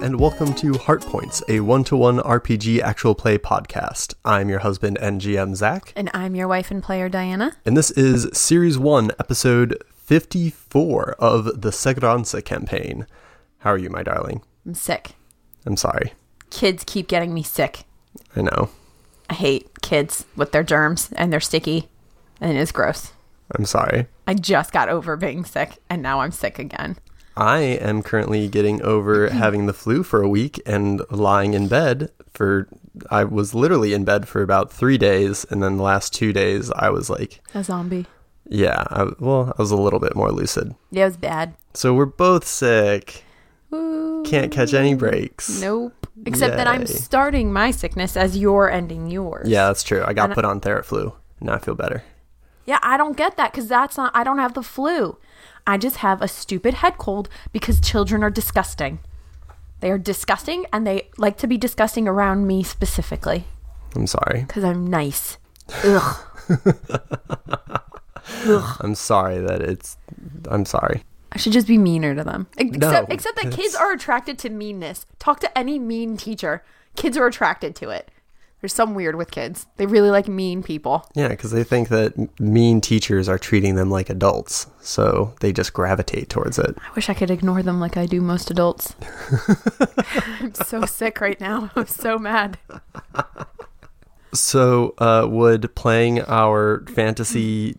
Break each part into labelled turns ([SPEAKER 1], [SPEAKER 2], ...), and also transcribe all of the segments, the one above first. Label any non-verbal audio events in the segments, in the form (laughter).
[SPEAKER 1] and welcome to Heart Points, a one to one RPG actual play podcast. I'm your husband and GM, Zach,
[SPEAKER 2] And I'm your wife and player, Diana.
[SPEAKER 1] and this is Series 1, Episode 54 of the Seguranza campaign. How are you, my darling?
[SPEAKER 2] I'm sick.
[SPEAKER 1] I'm sorry.
[SPEAKER 2] Kids keep getting me sick.
[SPEAKER 1] I know.
[SPEAKER 2] I hate kids with their germs and they're sticky and it's gross.
[SPEAKER 1] I'm sorry.
[SPEAKER 2] I just got over being sick and now I'm sick again.
[SPEAKER 1] I am currently getting over having the flu for a week and lying in bed for. I was literally in bed for about three days, and then the last two days, I was like,
[SPEAKER 2] A zombie.
[SPEAKER 1] yeah, I, well, I was a little bit more lucid.
[SPEAKER 2] Yeah, it was bad.
[SPEAKER 1] So we're both sick.
[SPEAKER 2] Ooh,
[SPEAKER 1] Can't catch any breaks.
[SPEAKER 2] nope. Except that
[SPEAKER 1] Yay.
[SPEAKER 2] I'm starting my sickness as you're ending yours.
[SPEAKER 1] Yeah, that's true. I got
[SPEAKER 2] And-
[SPEAKER 1] put on Theraflu. Now I feel better.
[SPEAKER 2] Yeah, I don't get that because that's not, I don't have the flu. I just have a stupid head cold because children are disgusting. They are disgusting and they like to be disgusting around me specifically.
[SPEAKER 1] I'm sorry.
[SPEAKER 2] because I'm nice. Ugh.
[SPEAKER 1] I'm sorry that it's. I'm sorry.
[SPEAKER 2] I should just be meaner to them. Ex-
[SPEAKER 1] No,
[SPEAKER 2] Except, except that
[SPEAKER 1] it's-
[SPEAKER 2] kids are attracted to meanness. Talk to any mean teacher. Kids are attracted to it. There's some weird with kids. They really like mean people.
[SPEAKER 1] Yeah, because they think that m- mean teachers are treating them like adults, so they just gravitate towards it.
[SPEAKER 2] I wish I could ignore them like I do most adults. I'm so sick right now. I'm so mad.
[SPEAKER 1] So, uh, would playing our fantasy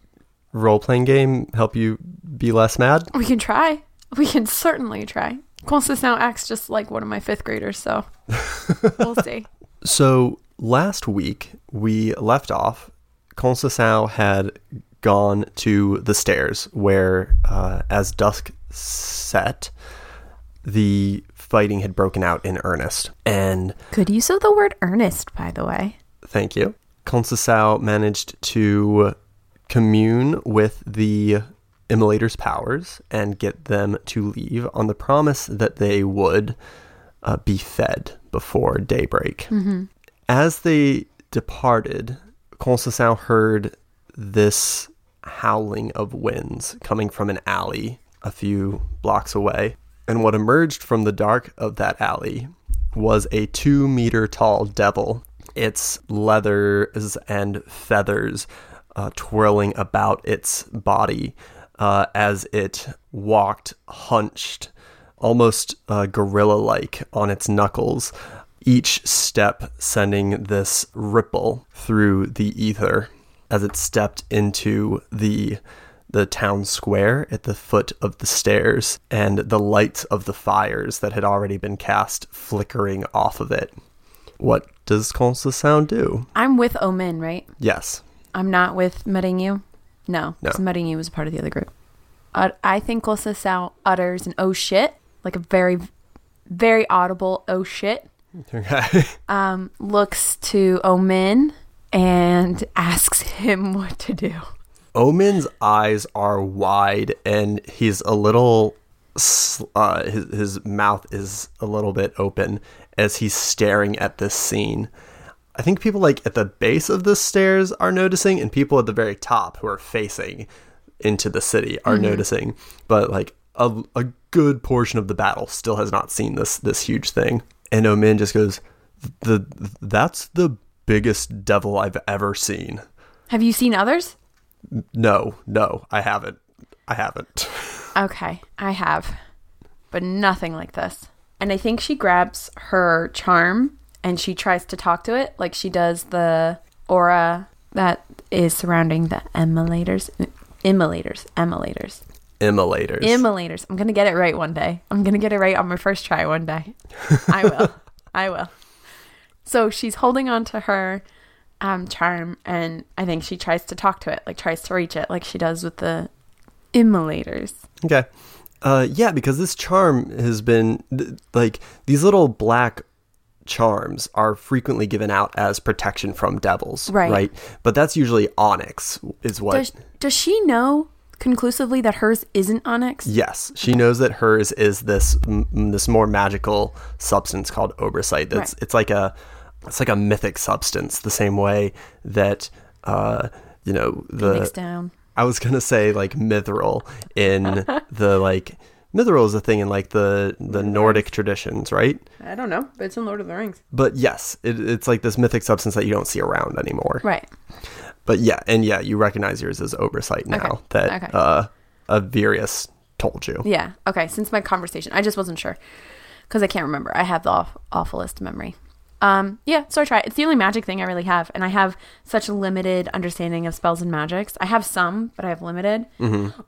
[SPEAKER 1] role playing game help you be less mad?
[SPEAKER 2] We can try. We can certainly try. Constance now acts just like one of my fifth graders, so we'll see.
[SPEAKER 1] So, last week we left off. Consasau had gone to the stairs where, uh, as dusk set, the fighting had broken out in earnest. And
[SPEAKER 2] Good use of the word earnest, by the way.
[SPEAKER 1] thank you. Consasau managed to commune with the immolator's powers and get them to leave on the promise that they would uh, be fed before daybreak. As they departed, Consasau heard this howling of winds coming from an alley a few blocks away. And what emerged from the dark of that alley was a two meter tall devil, its leathers and feathers uh, twirling about its body uh, as it walked hunched almost uh, gorilla like on its knuckles, each step sending this ripple through the ether as it stepped into the the town square at the foot of the stairs and the lights of the fires that had already been cast flickering off of it. What does Consa sound do?
[SPEAKER 2] I'm with Omen, right?
[SPEAKER 1] Yes. (laughs)
[SPEAKER 2] I'm not with Maringu. No,
[SPEAKER 1] No.
[SPEAKER 2] because Maringu was part of the other group. Uh, I think Gosa Sal utters an oh shit, like a very, very audible oh shit.
[SPEAKER 1] Okay.
[SPEAKER 2] Um, looks to Omen and (laughs) asks him what to do.
[SPEAKER 1] Omen's eyes are wide and he's a little sl- uh, his, his mouth is a little bit open as he's staring at this scene. I think people like at the base of the stairs are noticing and people at the very top who are facing into the city are noticing, but like a, a good portion of the battle still has not seen this this huge thing. And Omen just goes, "The that's the biggest devil I've ever seen."
[SPEAKER 2] Have you seen others?
[SPEAKER 1] No, no, I haven't. I haven't.
[SPEAKER 2] Okay, I have, but nothing like this. And I think she grabs her charm and she tries to talk to it, like she does the aura that is surrounding the emulators. Immolators, emulators,
[SPEAKER 1] Immolators.
[SPEAKER 2] immolators. I'm gonna get it right one day. I'm gonna get it right on my first try one day. I will. I will. So she's holding on to her um, charm, and I think she tries to talk to it, like tries to reach it, like she does with the immolators.
[SPEAKER 1] okay. Uh, yeah, because this charm has been th- like these little black charms are frequently given out as protection from devils,
[SPEAKER 2] Right.
[SPEAKER 1] But that's usually onyx, is what.
[SPEAKER 2] Does does she know conclusively that hers isn't onyx?
[SPEAKER 1] yes, she knows that hers is this m- m- this more magical substance called obrasite. That's
[SPEAKER 2] Right.
[SPEAKER 1] it's like a it's like a mythic substance, the same way that uh, you know the
[SPEAKER 2] Phoenix down. (laughs)
[SPEAKER 1] I was gonna say like mithril in the like Mithril is a thing in like the the
[SPEAKER 2] Rings.
[SPEAKER 1] Nordic traditions, right?
[SPEAKER 2] I don't know, but it's in Lord of the Rings.
[SPEAKER 1] But yes, it, it's like this mythic substance that you don't see around anymore.
[SPEAKER 2] Right.
[SPEAKER 1] But yeah, and yeah, you recognize yours as oversight now
[SPEAKER 2] Okay.
[SPEAKER 1] that
[SPEAKER 2] Okay.
[SPEAKER 1] uh, Avirius told you.
[SPEAKER 2] Yeah. Okay. Since my conversation, I just wasn't sure because I can't remember. I have the awf- awfulest memory. Um, yeah, so I try. It's the only magic thing I really have, and I have such limited understanding of spells and magics. I have some, but I have limited.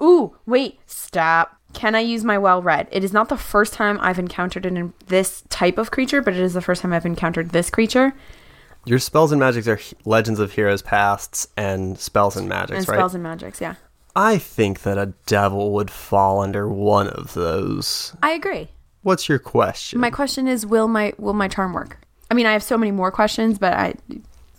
[SPEAKER 2] Ooh, wait, stop. Can I use my well read? It is not the first time I've encountered an, this type of creature, but it is the first time I've encountered this creature.
[SPEAKER 1] Your spells and magics are he- legends of heroes pasts and spells and magics,
[SPEAKER 2] and
[SPEAKER 1] right?
[SPEAKER 2] spells and magics, yeah.
[SPEAKER 1] I think that a devil would fall under one of those.
[SPEAKER 2] I agree.
[SPEAKER 1] What's your question?
[SPEAKER 2] My question is will my will my charm work? I mean, I have so many more questions, but I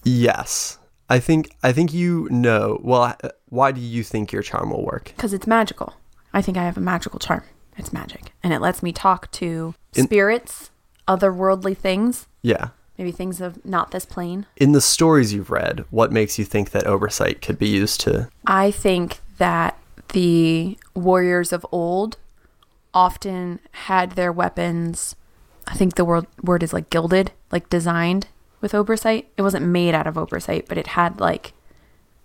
[SPEAKER 1] yes. I think I think you know. Well, I- why do you think your charm will work?
[SPEAKER 2] because it's magical. I think I have a magical charm. It's magic, and it lets me talk to spirits, otherworldly things,
[SPEAKER 1] Yeah.
[SPEAKER 2] maybe things of not this plane.
[SPEAKER 1] In the stories you've read, what makes you think that oversight could be used to
[SPEAKER 2] I think that the warriors of old often had their weapons. I think the word word is like gilded, like designed with oversight. It wasn't made out of oversight, but it had like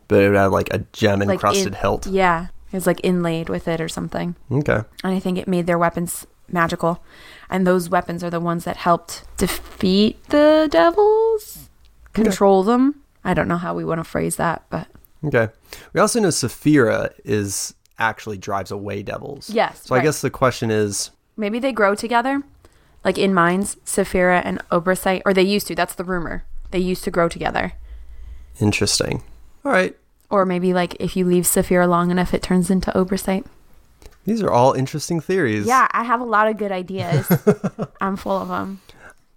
[SPEAKER 1] but it would have like a gem
[SPEAKER 2] like
[SPEAKER 1] encrusted
[SPEAKER 2] in-
[SPEAKER 1] hilt.
[SPEAKER 2] Yeah, it was like inlaid with it or something.
[SPEAKER 1] Okay.
[SPEAKER 2] and I think it made their weapons magical. And those weapons are the ones that helped defeat the devils, control them. I don't know how we want to phrase that, but
[SPEAKER 1] Okay. We also know Saphira is actually drives away devils.
[SPEAKER 2] Yes,
[SPEAKER 1] So I
[SPEAKER 2] right.
[SPEAKER 1] guess the question is
[SPEAKER 2] maybe they grow together, like in mines, Saphira and Obrasite, or they used to. That's the rumor. They used to grow together.
[SPEAKER 1] interesting. All right.
[SPEAKER 2] Or maybe like if you leave Saphira long enough, it turns into Obrasite.
[SPEAKER 1] These are all interesting theories.
[SPEAKER 2] Yeah, I have a lot of good ideas. I'm full of them.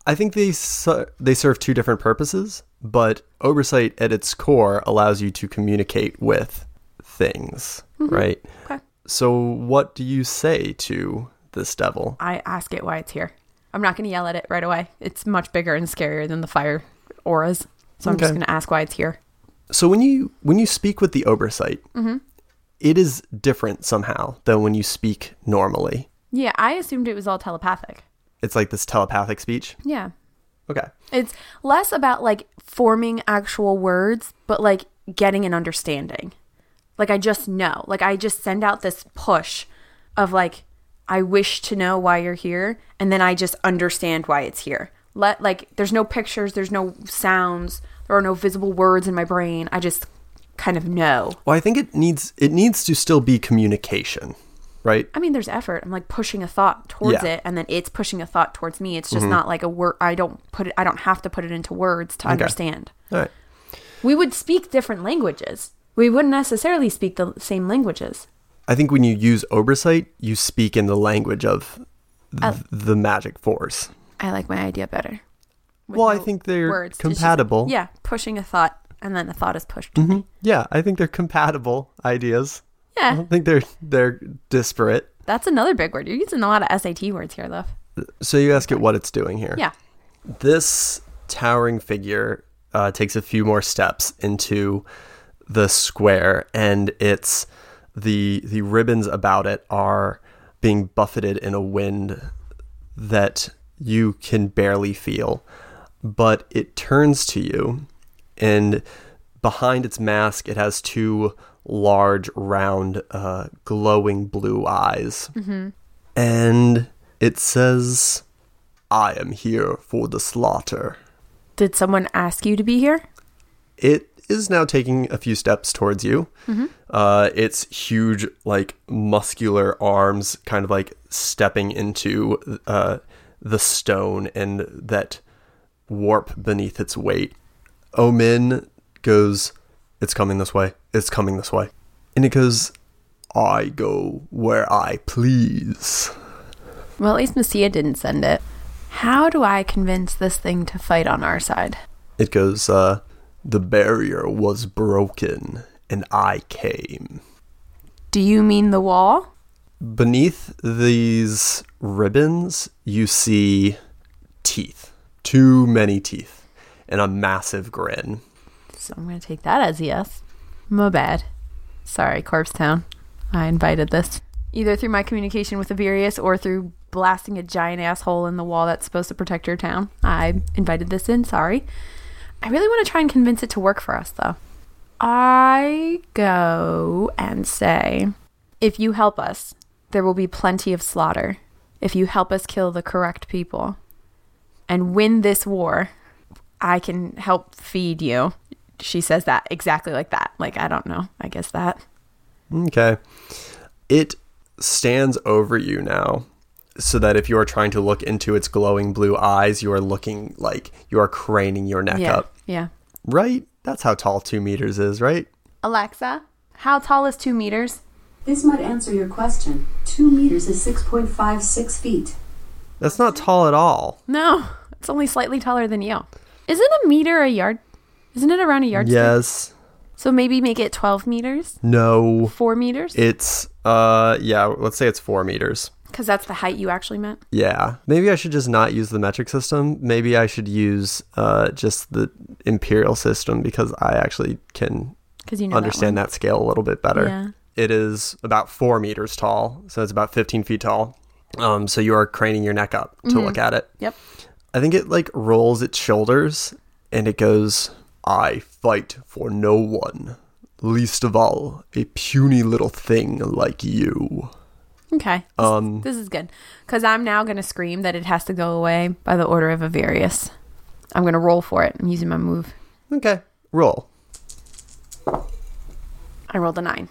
[SPEAKER 1] I think they ser- they serve two different purposes, but oversight at its core allows you to communicate with things, right?
[SPEAKER 2] Okay.
[SPEAKER 1] So what do you say to this devil?
[SPEAKER 2] I ask it why it's here. I'm not going to yell at it right away. It's much bigger and scarier than the fire auras. So I'm just
[SPEAKER 1] Okay.
[SPEAKER 2] going to ask why it's here.
[SPEAKER 1] So when you when you speak with the oversight, it is different somehow than when you speak normally.
[SPEAKER 2] Yeah, I assumed it was all telepathic.
[SPEAKER 1] It's like this telepathic speech.
[SPEAKER 2] Yeah.
[SPEAKER 1] Okay.
[SPEAKER 2] It's less about like forming actual words, but like getting an understanding. Like I just know. Like I just send out this push of like I wish to know why you're here and then I just understand why it's here. Let like there's no pictures, there's no sounds, there are no visible words in my brain. I just kind of know.
[SPEAKER 1] Well, I think it needs it needs to still be communication, right?
[SPEAKER 2] I mean, there's effort. I'm like pushing a thought towards
[SPEAKER 1] Yeah.
[SPEAKER 2] it, and then it's pushing a thought towards me. It's just not like a word. I don't put it. I don't have to put it into words to understand.
[SPEAKER 1] All right.
[SPEAKER 2] We would speak different languages. We wouldn't necessarily speak the same languages.
[SPEAKER 1] I think when you use oversight, you speak in the language of th- the magic force.
[SPEAKER 2] I like my idea better. With
[SPEAKER 1] Well, I
[SPEAKER 2] no
[SPEAKER 1] think they're
[SPEAKER 2] words. It's just-
[SPEAKER 1] compatible. Mm-hmm.
[SPEAKER 2] yeah, pushing a thought, and then the thought is pushed.
[SPEAKER 1] Yeah, I think they're compatible ideas. I
[SPEAKER 2] Yeah,
[SPEAKER 1] don't think they're they're disparate.
[SPEAKER 2] that's another big word. You're using a lot of SAT words here, love.
[SPEAKER 1] So you ask it what it's doing here.
[SPEAKER 2] Yeah.
[SPEAKER 1] This towering figure uh, takes a few more steps into the square, and it's the the ribbons about it are being buffeted in a wind that you can barely feel. But it turns to you, and behind its mask, it has two large, round, uh, glowing blue eyes and it says, I am here for the slaughter.
[SPEAKER 2] Did someone ask you to be here?
[SPEAKER 1] It is now taking a few steps towards you. Uh, its huge, like, muscular arms kind of like stepping into uh, the stone and that warp beneath its weight. Omin goes, It's coming this way. It's coming this way. And it goes, I go where I please.
[SPEAKER 2] Well, at least Messiah didn't send it. How do I convince this thing to fight on our side?
[SPEAKER 1] It goes, uh, the barrier was broken and I came.
[SPEAKER 2] Do you mean the wall?
[SPEAKER 1] Beneath these ribbons, you see teeth. Too many teeth. And a massive grin.
[SPEAKER 2] So I'm going to take that as yes. My bad. Sorry, Corpse Town. I invited this. either through my communication with Averius or through blasting a giant asshole in the wall that's supposed to protect your town. I invited this in, sorry. I really want to try and convince it to work for us, though. I go and say, if you help us, there will be plenty of slaughter. If you help us kill the correct people and win this war, I can help feed you. She says that exactly like that. Like, I don't know. I guess that.
[SPEAKER 1] Okay. It stands over you now so that if you are trying to look into its glowing blue eyes, you are looking like you are craning your neck
[SPEAKER 2] Yeah.
[SPEAKER 1] up.
[SPEAKER 2] Yeah.
[SPEAKER 1] Right? That's how tall two meters is, right?
[SPEAKER 2] Alexa, how tall is two meters?
[SPEAKER 3] This might answer your question. 2 meters is 6.56 feet.
[SPEAKER 1] That's not tall at all.
[SPEAKER 2] No, it's only slightly taller than you. Isn't a meter a yard? Isn't it around a yard?
[SPEAKER 1] Yes.
[SPEAKER 2] So maybe make it 12 meters,
[SPEAKER 1] No.
[SPEAKER 2] 4 meters?
[SPEAKER 1] It's uh yeah, let's say it's 4 meters.
[SPEAKER 2] Because that's the height you actually meant.
[SPEAKER 1] Yeah. Maybe I should just not use the metric system. Maybe I should use uh just the imperial system because I actually can
[SPEAKER 2] Because you know
[SPEAKER 1] understand that, scale a little bit better.
[SPEAKER 2] Yeah.
[SPEAKER 1] It is about four meters tall, so it's about 15 feet tall. Um, so you are craning your neck up to look at it.
[SPEAKER 2] Mm-hmm. Yep.
[SPEAKER 1] I think it like rolls its shoulders and it goes, I fight for no one, least of all a puny little thing like you.
[SPEAKER 2] Okay. This,
[SPEAKER 1] Um,
[SPEAKER 2] this is good. Because I'm now going to scream that it has to go away by the order of Avarius. I'm going to roll for it. I'm using my move.
[SPEAKER 1] Okay, roll.
[SPEAKER 2] I rolled a 9.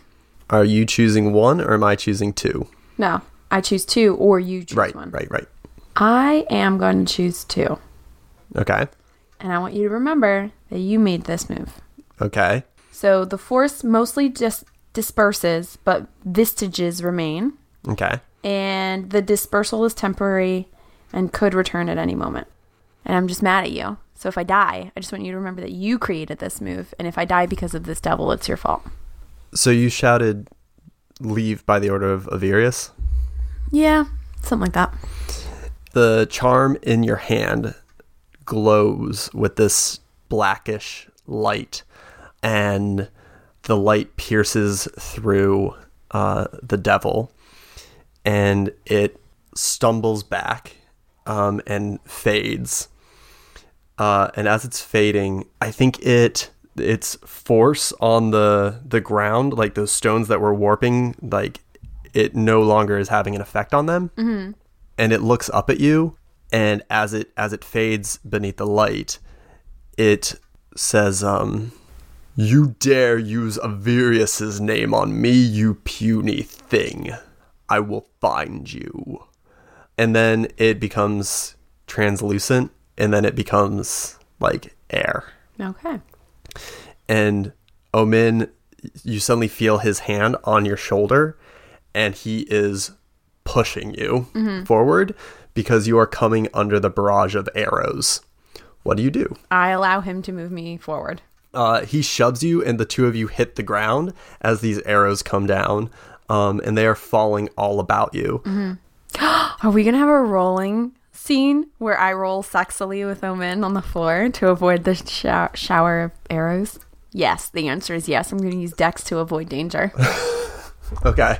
[SPEAKER 1] Are you choosing one or am I choosing two?
[SPEAKER 2] No, I choose 2 or you choose
[SPEAKER 1] Right,
[SPEAKER 2] 1.
[SPEAKER 1] right, right.
[SPEAKER 2] I am going to choose 2.
[SPEAKER 1] Okay,
[SPEAKER 2] And I want you to remember that you made this move.
[SPEAKER 1] okay,
[SPEAKER 2] So the force mostly just disperses, but vestiges remain.
[SPEAKER 1] okay.
[SPEAKER 2] And the dispersal is temporary and could return at any moment. And I'm just mad at you. So if I die, I just want you to remember that you created this move. And if I die because of this devil, it's your fault.
[SPEAKER 1] So you shouted, leave by the order of Averius?
[SPEAKER 2] Yeah, something like that.
[SPEAKER 1] the charm in your hand glows with this blackish light, and the light pierces through uh, the devil, and it stumbles back um, and fades. Uh, and as it's fading, I think it its force on the the ground, like those stones that were warping, like it no longer is having an effect on them and it looks up at you and as it as it fades beneath the light it says um you dare use Avirius's name on me you puny thing i will find you and then it becomes translucent and then it becomes like air
[SPEAKER 2] Okay.
[SPEAKER 1] and Omin, you suddenly feel his hand on your shoulder, and he is pushing you
[SPEAKER 2] Mm-hmm.
[SPEAKER 1] forward because you are coming under the barrage of arrows. What do you do?
[SPEAKER 2] I allow him to move me forward.
[SPEAKER 1] Uh, he shoves you, and the two of you hit the ground as these arrows come down, um, and they are falling all about you.
[SPEAKER 2] Mm-hmm. Are we going to have a rolling scene where I roll sexily with Omen on the floor to avoid the shower, shower of arrows? Yes, the answer is yes. I'm going to use Dex to avoid
[SPEAKER 1] (laughs)
[SPEAKER 2] danger,
[SPEAKER 1] Okay.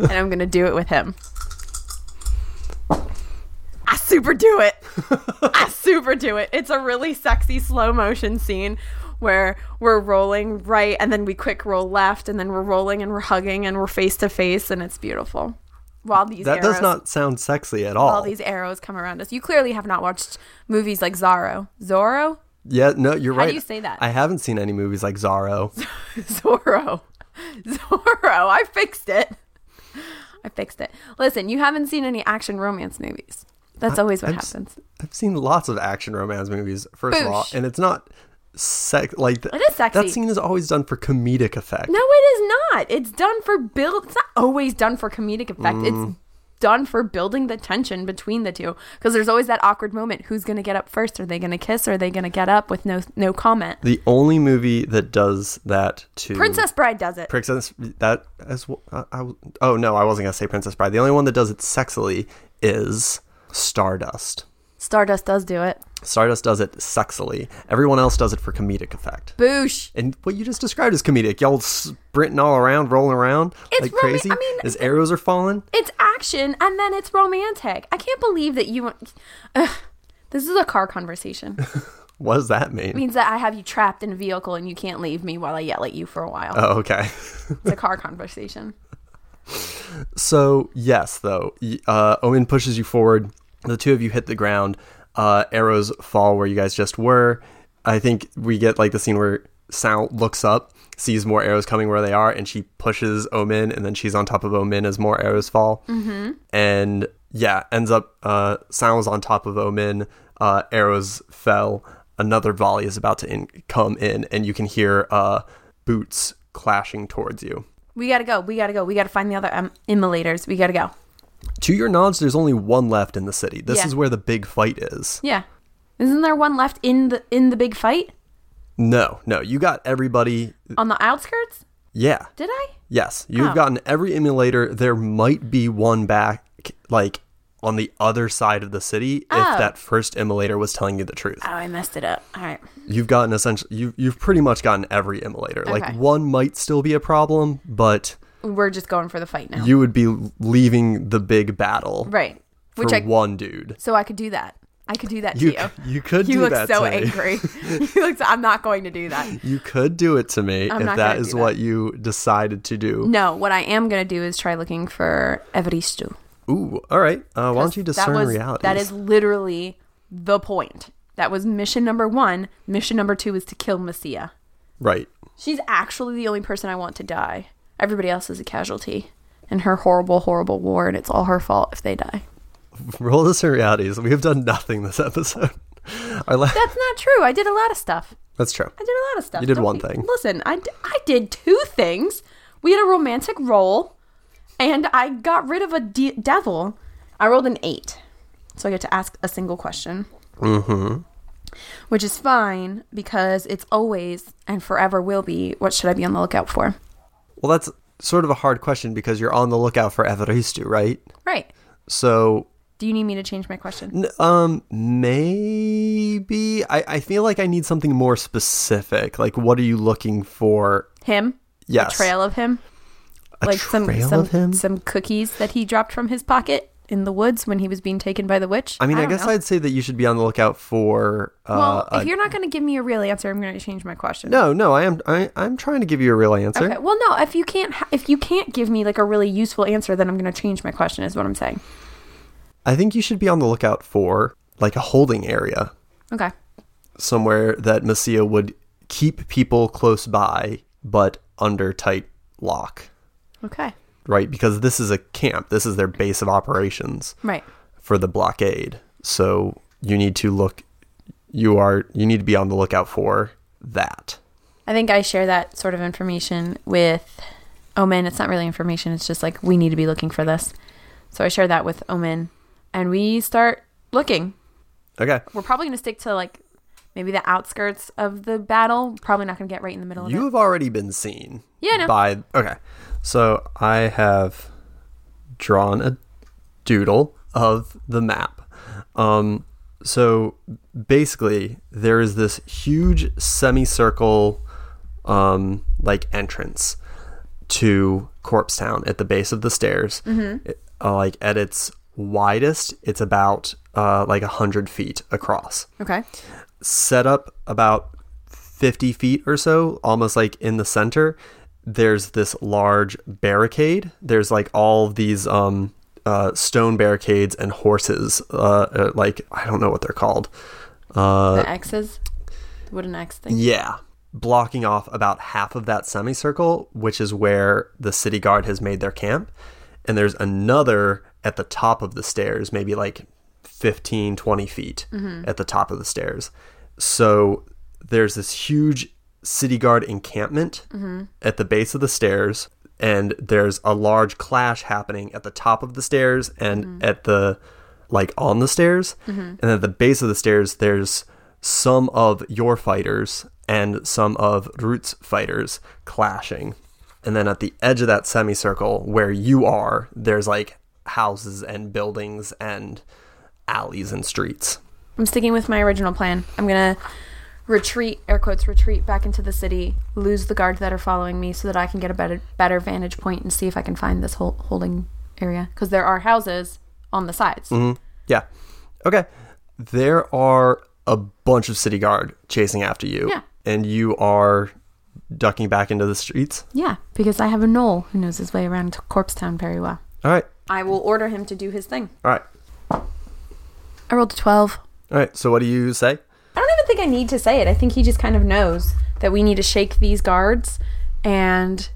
[SPEAKER 2] and I'm going to do it with him. I super do it.
[SPEAKER 1] (laughs)
[SPEAKER 2] I super do it. It's a really sexy slow motion scene where we're rolling right and then we quick roll left and then we're rolling and we're hugging and we're face to face and it's beautiful. While these
[SPEAKER 1] That
[SPEAKER 2] arrows
[SPEAKER 1] does not sound sexy at all.
[SPEAKER 2] all these arrows come around us. You clearly have not watched movies like Zorro. Zorro? (laughs)
[SPEAKER 1] yeah, no, you're
[SPEAKER 2] How
[SPEAKER 1] right.
[SPEAKER 2] do you say that?
[SPEAKER 1] I haven't seen any movies like Zorro.
[SPEAKER 2] Zorro. Zorro. I fixed it. I fixed it. Listen, you haven't seen any action romance movies. That's always what
[SPEAKER 1] I'm s-
[SPEAKER 2] happens.
[SPEAKER 1] I've seen lots of action romance movies, first of all,
[SPEAKER 2] Boosh.
[SPEAKER 1] and it's not sex like th-
[SPEAKER 2] It is sexy.
[SPEAKER 1] That scene is always done for comedic effect.
[SPEAKER 2] No, it is not. It's done for build. It's not always done for comedic effect. It's done for building the tension between the two because there's always that awkward moment. Who's going to get up first? Are they going to kiss? Are they going to get up with no no comment?
[SPEAKER 1] The only movie that does that to
[SPEAKER 2] Princess Bride does it.
[SPEAKER 1] Princess that as well. I, I- oh no, I wasn't gonna say Princess Bride. The only one that does it sexily is Stardust.
[SPEAKER 2] Stardust does do it.
[SPEAKER 1] Stardust does it sexily. Everyone else does it for comedic effect.
[SPEAKER 2] Boosh.
[SPEAKER 1] And what you just described is comedic. Y'all sprinting all around, rolling around
[SPEAKER 2] It's
[SPEAKER 1] like
[SPEAKER 2] really-
[SPEAKER 1] crazy.
[SPEAKER 2] I mean-
[SPEAKER 1] As arrows are falling.
[SPEAKER 2] It's action and then it's romantic. I can't believe that you. Ugh. This is a
[SPEAKER 1] (laughs)
[SPEAKER 2] car conversation. It
[SPEAKER 1] What does that mean?
[SPEAKER 2] means that I have you trapped in a vehicle and you can't leave me while I yell at you for a while.
[SPEAKER 1] oh, okay.
[SPEAKER 2] It's
[SPEAKER 1] (laughs)
[SPEAKER 2] a car conversation.
[SPEAKER 1] So yes, though y- uh, Owen pushes you forward. The two of you hit the ground. Uh, arrows fall where you guys just were. I think we get like the scene where Sal looks up, sees more arrows coming where they are, and she pushes Omen, and then she's on top of Omen as more arrows fall. Mm-hmm. And yeah, ends up uh, Sal is on top of Omen. Uh, arrows fell. Another volley is about to in- come in, and you can hear uh, boots clashing towards you.
[SPEAKER 2] We gotta go. We gotta go. We gotta find the other um, immolators. We gotta go.
[SPEAKER 1] To your knowledge, there's only one left in the city. This
[SPEAKER 2] Yeah.
[SPEAKER 1] is where the big fight is.
[SPEAKER 2] Yeah. Isn't there one left in the in the big fight
[SPEAKER 1] No, no, you got everybody.
[SPEAKER 2] on the outskirts?
[SPEAKER 1] Yeah,
[SPEAKER 2] Did I?
[SPEAKER 1] yes, you've
[SPEAKER 2] Oh.
[SPEAKER 1] gotten every emulator. There might be one back, like on the other side of the city,
[SPEAKER 2] Oh.
[SPEAKER 1] if that first emulator was telling you the truth.
[SPEAKER 2] Oh, I messed it up. All right.
[SPEAKER 1] You've gotten essentially, you've you've pretty much gotten every emulator.
[SPEAKER 2] Okay.
[SPEAKER 1] Like one might still be a problem, but
[SPEAKER 2] We're just going for the fight now.
[SPEAKER 1] you would be leaving the big battle
[SPEAKER 2] right.
[SPEAKER 1] for
[SPEAKER 2] Which I
[SPEAKER 1] one dude.
[SPEAKER 2] so I could do that. I could do that
[SPEAKER 1] You
[SPEAKER 2] to you.
[SPEAKER 1] c- you could
[SPEAKER 2] You
[SPEAKER 1] do
[SPEAKER 2] look
[SPEAKER 1] that
[SPEAKER 2] so
[SPEAKER 1] to me.
[SPEAKER 2] angry.
[SPEAKER 1] (laughs)
[SPEAKER 2] (laughs) you look so, I'm not going to do that.
[SPEAKER 1] You could do it to me
[SPEAKER 2] I'm
[SPEAKER 1] if
[SPEAKER 2] not
[SPEAKER 1] that
[SPEAKER 2] gonna
[SPEAKER 1] is
[SPEAKER 2] do that.
[SPEAKER 1] what you decided to do.
[SPEAKER 2] No, what I am going to do is try looking for Evaristo.
[SPEAKER 1] Ooh, all right. Uh, why don't you discern
[SPEAKER 2] that was,
[SPEAKER 1] realities?
[SPEAKER 2] That is literally the point. That was mission number one. Mission number two is to kill Messia.
[SPEAKER 1] right. (laughs)
[SPEAKER 2] She's actually the only person I want to die. Everybody else is a casualty in her horrible, horrible war, and it's all her fault if they die.
[SPEAKER 1] Roll discern realities. We have done nothing this episode. (laughs) Our la-
[SPEAKER 2] That's not true. I did a lot of stuff.
[SPEAKER 1] That's true.
[SPEAKER 2] I did a lot of stuff.
[SPEAKER 1] You did
[SPEAKER 2] Don't
[SPEAKER 1] one
[SPEAKER 2] be-
[SPEAKER 1] thing.
[SPEAKER 2] Listen, I, d- I did two things. We had a romantic roll, and I got rid of a de- devil. I rolled an eight, so I get to ask a single question. Mm-hmm. Which is fine because it's always and forever will be. What should I be on the lookout for?
[SPEAKER 1] Well, that's sort of a hard question because you're on the lookout for Evaristo, right?
[SPEAKER 2] Right.
[SPEAKER 1] So,
[SPEAKER 2] Do you need me to change my question?
[SPEAKER 1] n- um, maybe I, I feel like I need something more specific. Like, what are you looking for?
[SPEAKER 2] Him?
[SPEAKER 1] Yes.
[SPEAKER 2] A trail of him?
[SPEAKER 1] A trail
[SPEAKER 2] some
[SPEAKER 1] of him?
[SPEAKER 2] some cookies that he dropped from his pocket in the woods when he was being taken by the witch.
[SPEAKER 1] I mean, I,
[SPEAKER 2] don't
[SPEAKER 1] guess
[SPEAKER 2] know.
[SPEAKER 1] I'd say that you should be on the lookout for. Uh,
[SPEAKER 2] Well,
[SPEAKER 1] a-
[SPEAKER 2] if you're not going to give me a real answer, I'm going to change my question.
[SPEAKER 1] no, no, I am. I, I'm trying to give you a real answer.
[SPEAKER 2] Okay. Well, no. If you can't, ha- if you can't give me like a really useful answer, then I'm going to change my question. Is what I'm saying.
[SPEAKER 1] I think you should be on the lookout for like a holding area
[SPEAKER 2] Okay.
[SPEAKER 1] somewhere that Messia would keep people close by but under tight lock,
[SPEAKER 2] Okay.
[SPEAKER 1] right? Because this is a camp, this is their base of operations
[SPEAKER 2] Right.
[SPEAKER 1] for the blockade. So you need to look you are you need to be on the lookout for that.
[SPEAKER 2] I think I share that sort of information with Omen. It's not really information. It's just like we need to be looking for this. So I share that with Omen, and we start looking.
[SPEAKER 1] Okay.
[SPEAKER 2] We're probably going to stick to like maybe the outskirts of the battle. Probably not going to get right in the middle of
[SPEAKER 1] You
[SPEAKER 2] it.
[SPEAKER 1] have already been seen.
[SPEAKER 2] Yeah, I know.
[SPEAKER 1] By okay, so I have drawn a doodle of the map. Um, so basically, there is this huge semicircle, um, like entrance to Corpse Town at the base of the stairs.
[SPEAKER 2] Mm-hmm.
[SPEAKER 1] It- uh, like at its widest, it's about uh, like a hundred feet across
[SPEAKER 2] Okay.
[SPEAKER 1] um, uh, Uh,
[SPEAKER 2] The X's. What an X thing.
[SPEAKER 1] yeah. Blocking off about half of that semicircle, which is where the city guard has made their camp. And there's another at the top of the stairs, maybe like 15, 20 feet at the top of the stairs. So there's this huge city guard encampment at the base of the stairs. And there's a large clash happening at the top of the stairs and at the like on the stairs and at the base of the stairs there's some of your fighters and some of root's fighters clashing and then at the edge of that semicircle where you are there's like houses and buildings and alleys and streets
[SPEAKER 2] I'm sticking with my original plan. I'm gonna retreat, air quotes, retreat back into the city, lose the guards that are following me, so that I can get a better better vantage point and see if I can find this whole holding area because there are houses on the sides.
[SPEAKER 1] Yeah. Okay. There are a bunch of city guard chasing after you.
[SPEAKER 2] Yeah.
[SPEAKER 1] And you are ducking back into the streets.
[SPEAKER 2] Yeah, because I have a knoll who knows his way around Corpse Town very well.
[SPEAKER 1] All right.
[SPEAKER 2] I will order him to do his thing.
[SPEAKER 1] All right.
[SPEAKER 2] I rolled a twelve.
[SPEAKER 1] All right. So what do you say?
[SPEAKER 2] I don't even think I need to say it. I think he just kind of knows that we need to shake these guards and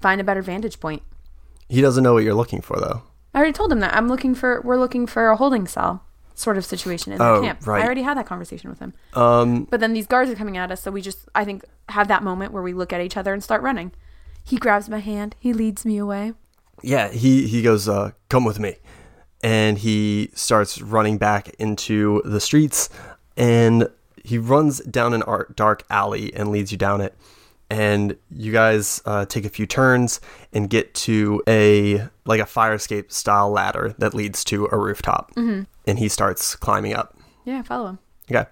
[SPEAKER 2] find a better vantage point.
[SPEAKER 1] He doesn't know what you're looking for though.
[SPEAKER 2] I already told him that. I'm looking for we're looking for a holding cell sort of situation in the
[SPEAKER 1] Oh,
[SPEAKER 2] camp.
[SPEAKER 1] right.
[SPEAKER 2] I already had that conversation with him.
[SPEAKER 1] Um
[SPEAKER 2] But then these guards are coming at us, so we just I think have that moment where we look at each other and start running. He grabs my hand, he leads me away.
[SPEAKER 1] yeah, he he goes uh come with me. And he starts running back into the streets and he runs down an ar- dark alley and leads you down it. And you guys uh, take a few turns and get to a like a fire escape style ladder that leads to a rooftop. Mm-hmm. And he starts climbing up.
[SPEAKER 2] Yeah, follow him.
[SPEAKER 1] Okay.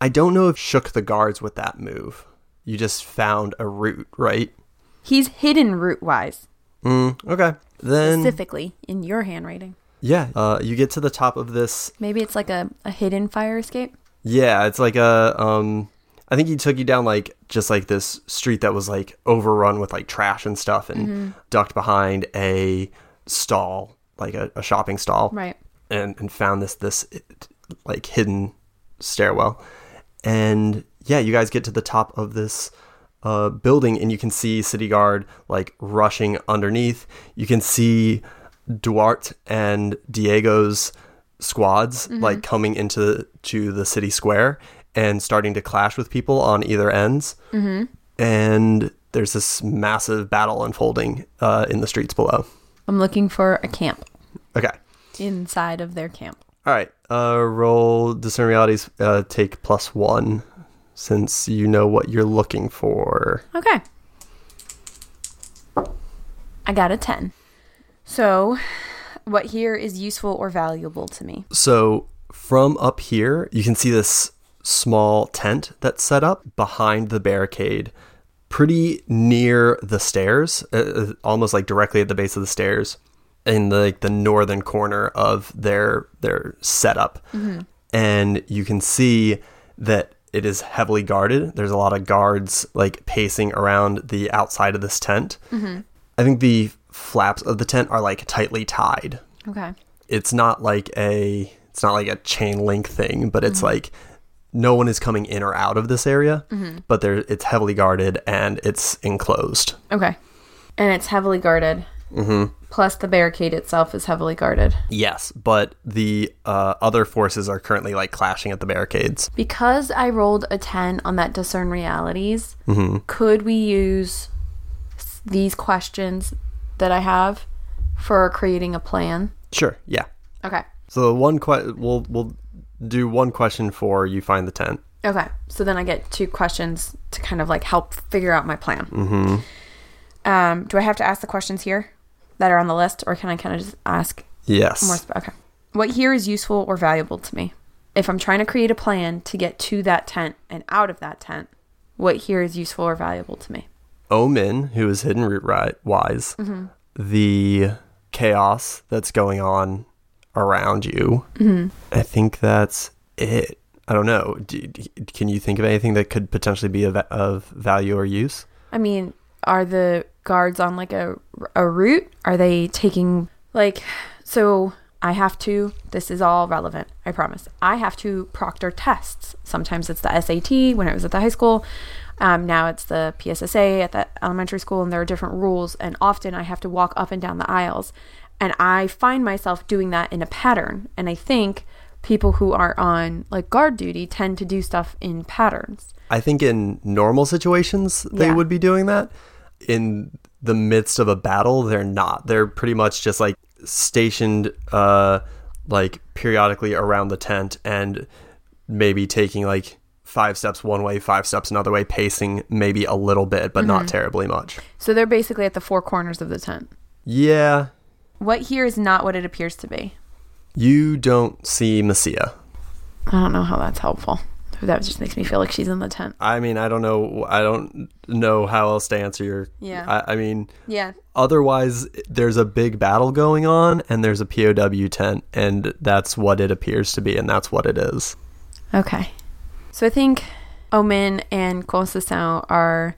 [SPEAKER 1] I don't know if shook the guards with that move. You just found a route, right?
[SPEAKER 2] He's hidden route wise,
[SPEAKER 1] Mm, okay. Then
[SPEAKER 2] specifically in your handwriting.
[SPEAKER 1] yeah, uh, you get to the top of this.
[SPEAKER 2] Maybe it's like a, a hidden fire escape.
[SPEAKER 1] Yeah, it's like a um. I think he took you down like just like this street that was like overrun with like trash and stuff, and ducked behind a stall, like a, a shopping stall,
[SPEAKER 2] Right.
[SPEAKER 1] and and found this this like hidden stairwell and yeah you guys get to the top of this uh, building and you can see city guard like rushing underneath you can see duarte and diego's squads like coming into to the city square and starting to clash with people on either ends mm-hmm. and there's this massive battle unfolding uh, in the streets below
[SPEAKER 2] I'm looking for a camp
[SPEAKER 1] okay
[SPEAKER 2] inside of their camp.
[SPEAKER 1] All right. Uh, roll discern realities. Uh, take plus one, since you know what you're looking for.
[SPEAKER 2] Okay. I got a 10. So, what here is useful or valuable to me?
[SPEAKER 1] So from up here, you can see this small tent that's set up behind the barricade, pretty near the stairs, uh, uh, almost like directly at the base of the stairs, in the, like the northern corner of their their setup. And you can see that it is heavily guarded. There's a lot of guards like pacing around the outside of this tent. I think the flaps of the tent are like tightly tied
[SPEAKER 2] Okay.
[SPEAKER 1] it's not like a it's not like a chain link thing, but it's like no one is coming in or out of this area, but there it's heavily guarded and it's enclosed.
[SPEAKER 2] Okay. And it's heavily guarded. Mm-hmm. Plus, the barricade itself is heavily guarded.
[SPEAKER 1] Yes, but the uh, other forces are currently like clashing at the barricades.
[SPEAKER 2] Because I rolled a 10 on that discern realities, could we use s- these questions that I have for creating a plan?
[SPEAKER 1] Sure, yeah.
[SPEAKER 2] Okay.
[SPEAKER 1] So the one que- we'll we'll do one question for you find the tent.
[SPEAKER 2] Okay, so then I get two questions to kind of like help figure out my plan. Mm-hmm. Um, do I have to ask the questions here that are on the list, or can I kind of just ask
[SPEAKER 1] Yes.
[SPEAKER 2] more? Sp- okay, what here is useful or valuable to me? If I'm trying to create a plan to get to that tent and out of that tent, what here is useful or valuable to me?
[SPEAKER 1] Omen, who is hidden root ri- wise, the chaos that's going on around you. I think that's it. I don't know. Do, do- can you think of anything that could potentially be of, of value or use?
[SPEAKER 2] I mean, are the guards on like a a route? Are they taking like so I have to this is all relevant, I promise. I have to proctor tests. Sometimes it's the SAT when it was at the high school. Um, now it's the PSSA at the elementary school, and there are different rules. And often I have to walk up and down the aisles, and I find myself doing that in a pattern. And I think people who are on like guard duty tend to do stuff in patterns.
[SPEAKER 1] I think in normal situations, they
[SPEAKER 2] Yeah.
[SPEAKER 1] would be doing that. In the midst of a battle, they're not. They're pretty much just like stationed, uh, like periodically around the tent and maybe taking like five steps one way, five steps another way, pacing maybe a little bit, but
[SPEAKER 2] Mm-hmm.
[SPEAKER 1] not terribly much.
[SPEAKER 2] So they're basically at the four corners of the tent.
[SPEAKER 1] Yeah.
[SPEAKER 2] What here is not what it appears to be.
[SPEAKER 1] You don't see Messiah.
[SPEAKER 2] I don't know how that's helpful. That just makes me feel like she's in the tent.
[SPEAKER 1] I mean, I don't know. I don't know how else to answer your.
[SPEAKER 2] Yeah.
[SPEAKER 1] I, I mean,
[SPEAKER 2] Yeah.
[SPEAKER 1] otherwise, there's a big battle going on, and there's a POW tent, and that's what it appears to be, and that's what it is.
[SPEAKER 2] Okay. So I think Omen and Kosasao are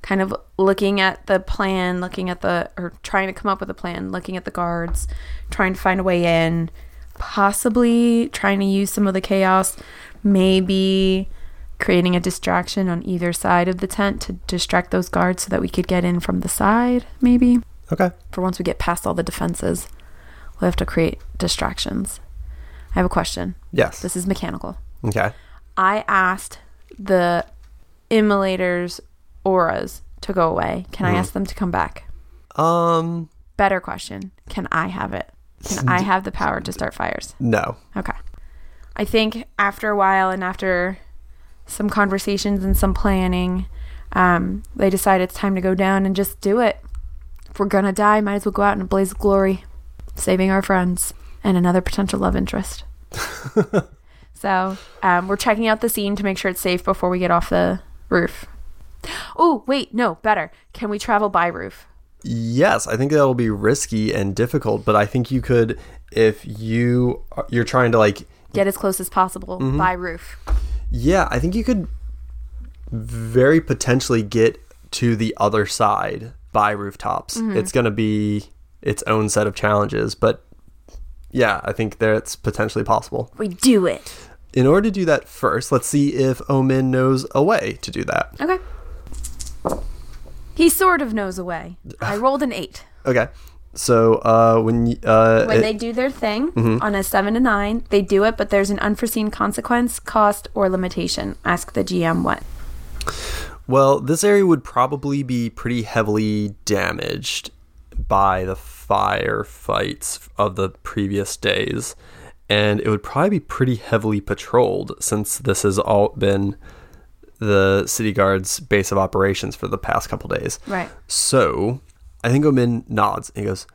[SPEAKER 2] kind of looking at the plan, looking at the, or trying to come up with a plan, looking at the guards, trying to find a way in, possibly trying to use some of the chaos, maybe creating a distraction on either side of the tent to distract those guards so that we could get in from the side, maybe.
[SPEAKER 1] Okay.
[SPEAKER 2] For once we get past all the defenses, we'll have to create distractions. I have a question.
[SPEAKER 1] Yes.
[SPEAKER 2] This is mechanical.
[SPEAKER 1] Okay.
[SPEAKER 2] I asked the immolators' auras to go away. Can I ask them to come back?
[SPEAKER 1] Um.
[SPEAKER 2] Better question. Can I have it? Can I have the power to start fires?
[SPEAKER 1] No.
[SPEAKER 2] Okay. I think after a while and after some conversations and some planning, um, they decide it's time to go down and just do it. If we're gonna die, might as well go out in a blaze of glory, saving our friends and another potential love interest. so um, we're checking out the scene to make sure it's safe before we get off the roof. Oh wait, no, better. Can we travel by roof?
[SPEAKER 1] Yes, I think that will be risky and difficult, but I think you could if you you're trying to like
[SPEAKER 2] Get as close as possible by roof.
[SPEAKER 1] yeah, I think you could very potentially get to the other side by rooftops.
[SPEAKER 2] Mm-hmm.
[SPEAKER 1] It's going to be its own set of challenges, but yeah, I think that's potentially possible.
[SPEAKER 2] We do it.
[SPEAKER 1] In order to do that first, let's see if Omen knows a way to do that.
[SPEAKER 2] Okay. He sort of knows a way.
[SPEAKER 1] (sighs)
[SPEAKER 2] I rolled an eight.
[SPEAKER 1] Okay. So, uh when y- uh mm-hmm.
[SPEAKER 2] When
[SPEAKER 1] it-
[SPEAKER 2] they do their thing on a seven to nine, they do it, but there's an unforeseen consequence, cost, or limitation. Ask the GM what.
[SPEAKER 1] Well, this area would probably be pretty heavily damaged by the firefights of the previous days, and it would probably be pretty heavily patrolled since this has all been the city guard's base of operations for the past couple days.
[SPEAKER 2] Right.
[SPEAKER 1] So, I think Omin nods and he goes,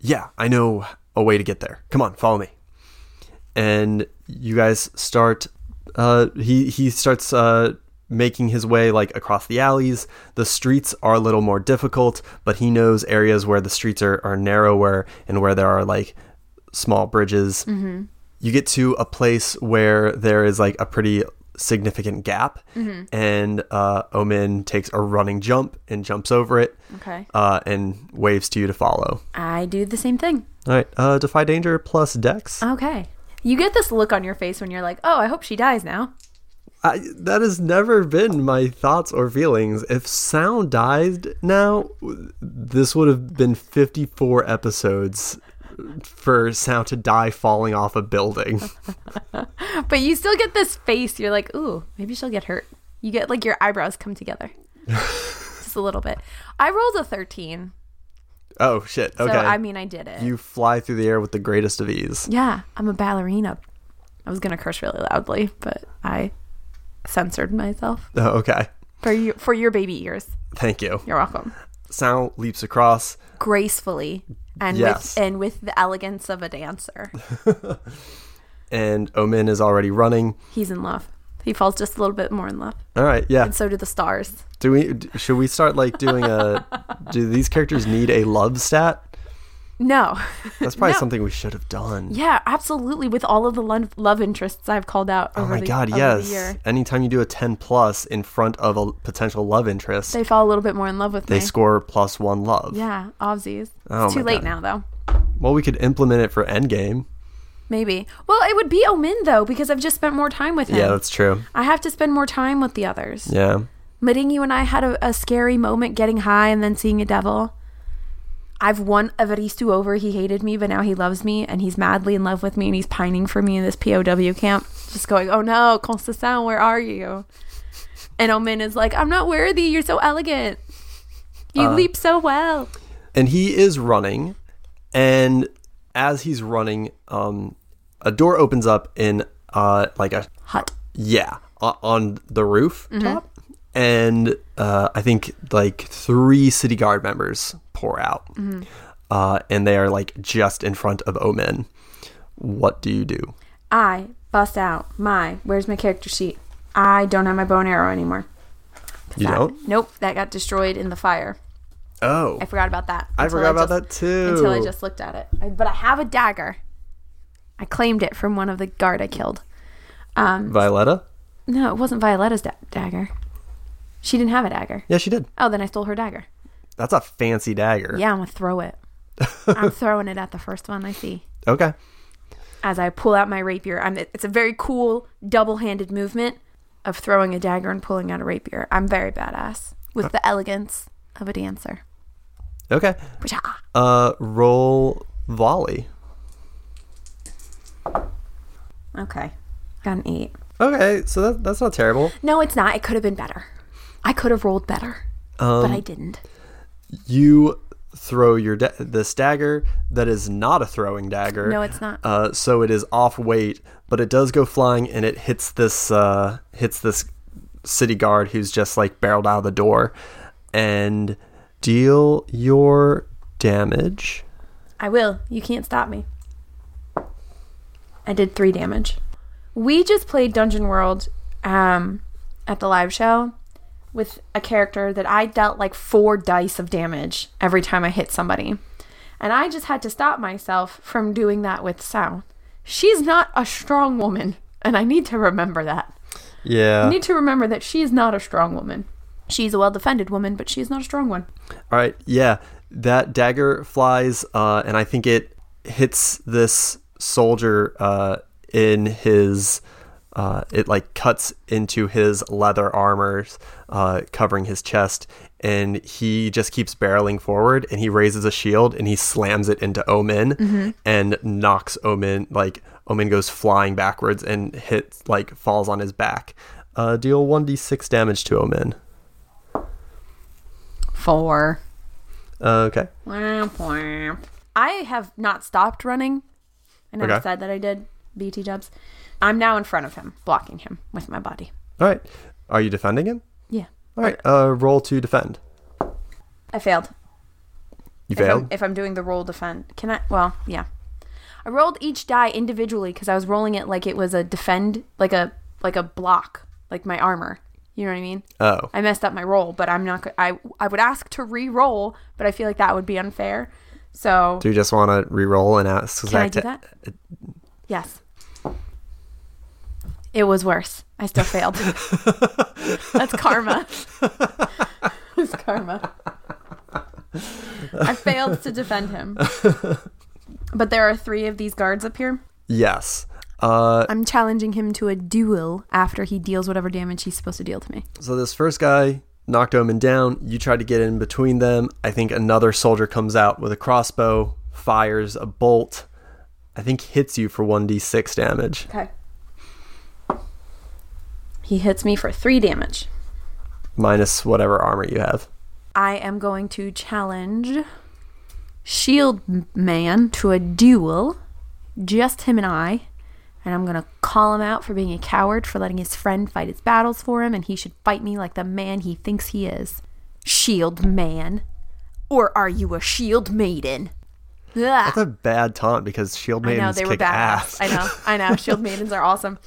[SPEAKER 1] "Yeah, I know a way to get there. Come on, follow me." And you guys start. Uh, he he starts uh, making his way like across the alleys. The streets are a little more difficult, but he knows areas where the streets are, are narrower and where there are like small bridges. Mm-hmm. You get to a place where there is like a pretty significant gap, and uh, Omen takes a running jump and jumps over it
[SPEAKER 2] Okay.
[SPEAKER 1] uh, and waves to you to follow.
[SPEAKER 2] I do the same thing.
[SPEAKER 1] All right, uh, defy danger plus dex.
[SPEAKER 2] Okay. You get this look on your face when you're like, oh, I hope she dies now.
[SPEAKER 1] I, that has never been my thoughts or feelings. If sound died now, w- this would have been 54 episodes for sound to die falling off a
[SPEAKER 2] (laughs)
[SPEAKER 1] building.
[SPEAKER 2] (laughs) But you still get this face. You're like, ooh, maybe she'll get hurt. You get like your eyebrows
[SPEAKER 1] (laughs)
[SPEAKER 2] come together just a little bit. I rolled a 13.
[SPEAKER 1] Oh, shit.
[SPEAKER 2] So,
[SPEAKER 1] Okay.
[SPEAKER 2] I mean, I did it.
[SPEAKER 1] you fly through the air with the greatest of ease.
[SPEAKER 2] Yeah, I'm a ballerina. I was gonna curse really loudly, but I censored myself
[SPEAKER 1] Oh, okay.
[SPEAKER 2] for you for your baby ears.
[SPEAKER 1] Thank you.
[SPEAKER 2] You're welcome.
[SPEAKER 1] Sound leaps across.
[SPEAKER 2] Gracefully and
[SPEAKER 1] Yes.
[SPEAKER 2] with and with the elegance of a dancer.
[SPEAKER 1] and Omen is already running.
[SPEAKER 2] He's in love. He falls just a little bit more in love,
[SPEAKER 1] All right, yeah.
[SPEAKER 2] and so do the stars.
[SPEAKER 1] Do we d- should we start like doing a do these characters need a love stat?
[SPEAKER 2] No, (laughs)
[SPEAKER 1] That's probably
[SPEAKER 2] No.
[SPEAKER 1] something we should have done.
[SPEAKER 2] yeah, absolutely. With all of the lon- love interests I've called out.
[SPEAKER 1] Oh
[SPEAKER 2] over
[SPEAKER 1] my
[SPEAKER 2] the-
[SPEAKER 1] god,
[SPEAKER 2] over The
[SPEAKER 1] yes.
[SPEAKER 2] year,
[SPEAKER 1] Anytime you do a 10 plus in front of a l- potential love interest, they,
[SPEAKER 2] they fall a little bit more in love with me.
[SPEAKER 1] score plus 1 love.
[SPEAKER 2] yeah, obvious.
[SPEAKER 1] Oh
[SPEAKER 2] it's too
[SPEAKER 1] my
[SPEAKER 2] late
[SPEAKER 1] God.
[SPEAKER 2] now, though.
[SPEAKER 1] Well, we could implement it for endgame.
[SPEAKER 2] Maybe. Well, it would be Omin though, because I've just spent more time with him.
[SPEAKER 1] Yeah, that's true.
[SPEAKER 2] I have to spend more time with the others.
[SPEAKER 1] Yeah.
[SPEAKER 2] Meeting you and I had a, a scary moment getting high and then seeing a devil. I've won Evaristu over. He hated me, but now he loves me and he's madly in love with me and he's pining for me in this POW camp. Just going, oh no, Constantin, where are you? And Omen is like, I'm not worthy. You're so elegant. You
[SPEAKER 1] Uh.
[SPEAKER 2] leap so well.
[SPEAKER 1] and he is running and as he's running um a door opens up in uh like a
[SPEAKER 2] Hut.
[SPEAKER 1] yeah o- on the roof
[SPEAKER 2] Mm-hmm.
[SPEAKER 1] top and uh i think like three city guard members pour out
[SPEAKER 2] Mm-hmm.
[SPEAKER 1] uh and they are like just in front of omen what do you do
[SPEAKER 2] I bust out my where's my character sheet? I don't have my bow and arrow anymore. 'Cause
[SPEAKER 1] You
[SPEAKER 2] that-
[SPEAKER 1] don't?
[SPEAKER 2] Nope, that got destroyed in the fire.
[SPEAKER 1] Oh,
[SPEAKER 2] I forgot about that.
[SPEAKER 1] I
[SPEAKER 2] until
[SPEAKER 1] forgot about
[SPEAKER 2] just-
[SPEAKER 1] that too.
[SPEAKER 2] Until I just looked at it. I- but I have a dagger. I claimed it from one of the guard I killed. Um,
[SPEAKER 1] Violetta?
[SPEAKER 2] no, it wasn't Violetta's da- dagger. She didn't have a dagger.
[SPEAKER 1] Yeah, she did.
[SPEAKER 2] Oh, then I stole her dagger.
[SPEAKER 1] That's a fancy dagger.
[SPEAKER 2] Yeah, I'm gonna throw it.
[SPEAKER 1] (laughs)
[SPEAKER 2] I'm throwing it at the first one I see.
[SPEAKER 1] Okay.
[SPEAKER 2] As I pull out my rapier, I'm. It's a very cool double-handed movement of throwing a dagger and pulling out a rapier. I'm very badass with the elegance of a dancer.
[SPEAKER 1] Okay.
[SPEAKER 2] Pshaw.
[SPEAKER 1] Uh, roll volley.
[SPEAKER 2] Okay, got an eight.
[SPEAKER 1] Okay, so that, that's not terrible.
[SPEAKER 2] No, it's not. It could have been better. I could have rolled better, but I didn't.
[SPEAKER 1] You throw your da- this dagger that is not a throwing dagger.
[SPEAKER 2] No, it's not.
[SPEAKER 1] Uh, so it is off weight, but it does go flying and it hits this uh, hits this city guard who's just like barreled out of the door, and deal your damage.
[SPEAKER 2] I will. You can't stop me. I did three damage. We just played Dungeon World um, at the live show with a character that I dealt like four dice of damage every time I hit somebody. And I just had to stop myself from doing that with Sal. She's not a strong woman, and I need to remember that.
[SPEAKER 1] Yeah.
[SPEAKER 2] I need to remember that she is not a strong woman. She's a well defended woman, but she is not a strong one.
[SPEAKER 1] All right, yeah, that dagger flies, uh, and I think it hits this soldier uh, in his. Uh, it like cuts into his leather armors, uh, covering his chest, and he just keeps barreling forward. And he raises a shield and he slams it into Omen and knocks Omen. Like Omen goes flying backwards and hits like falls on his back. Uh, deal one d six damage to Omen.
[SPEAKER 2] Four.
[SPEAKER 1] Uh, okay.
[SPEAKER 2] I have not stopped running. I never
[SPEAKER 1] Okay.
[SPEAKER 2] said that I did BT jobs. I'm now in front of him, blocking him with my body.
[SPEAKER 1] All right. Are you defending him?
[SPEAKER 2] Yeah.
[SPEAKER 1] All right. Uh, roll to defend.
[SPEAKER 2] I failed.
[SPEAKER 1] You
[SPEAKER 2] If I'm,
[SPEAKER 1] failed.
[SPEAKER 2] if I'm doing the roll defend, can I? Well, yeah. I rolled each die individually because I was rolling it like it was a defend, like a like a block, like my armor. You know what I mean?
[SPEAKER 1] Oh.
[SPEAKER 2] I messed up my roll, but I'm not. go- I I would ask to re-roll, but I feel like that would be unfair. So
[SPEAKER 1] Do you just want to re-roll and ask?
[SPEAKER 2] can I do that? Yes. It was worse. I still failed. That's karma. That's karma. I failed to defend him. But there are three of these guards up here.
[SPEAKER 1] Yes. Uh,
[SPEAKER 2] I'm challenging him to a duel after he deals whatever damage he's supposed to deal to me.
[SPEAKER 1] so this first guy knocked Omen down. You try to get in between them. I think another soldier comes out with a crossbow, fires a bolt. I think hits you for one d six damage.
[SPEAKER 2] Okay. He hits me for three damage.
[SPEAKER 1] minus whatever armor you have.
[SPEAKER 2] I am going to challenge Shield Man to a duel, just him and I. And I'm going to call him out for being a coward, for letting his friend fight his battles for him, and he should fight me like the man he thinks he is. Shield Man. Or are you a Shield Maiden? Ugh.
[SPEAKER 1] That's a bad taunt because shield
[SPEAKER 2] I
[SPEAKER 1] maidens
[SPEAKER 2] know they were
[SPEAKER 1] kick
[SPEAKER 2] badass.
[SPEAKER 1] ass.
[SPEAKER 2] I know, I know.
[SPEAKER 1] (laughs)
[SPEAKER 2] Shield maidens are awesome.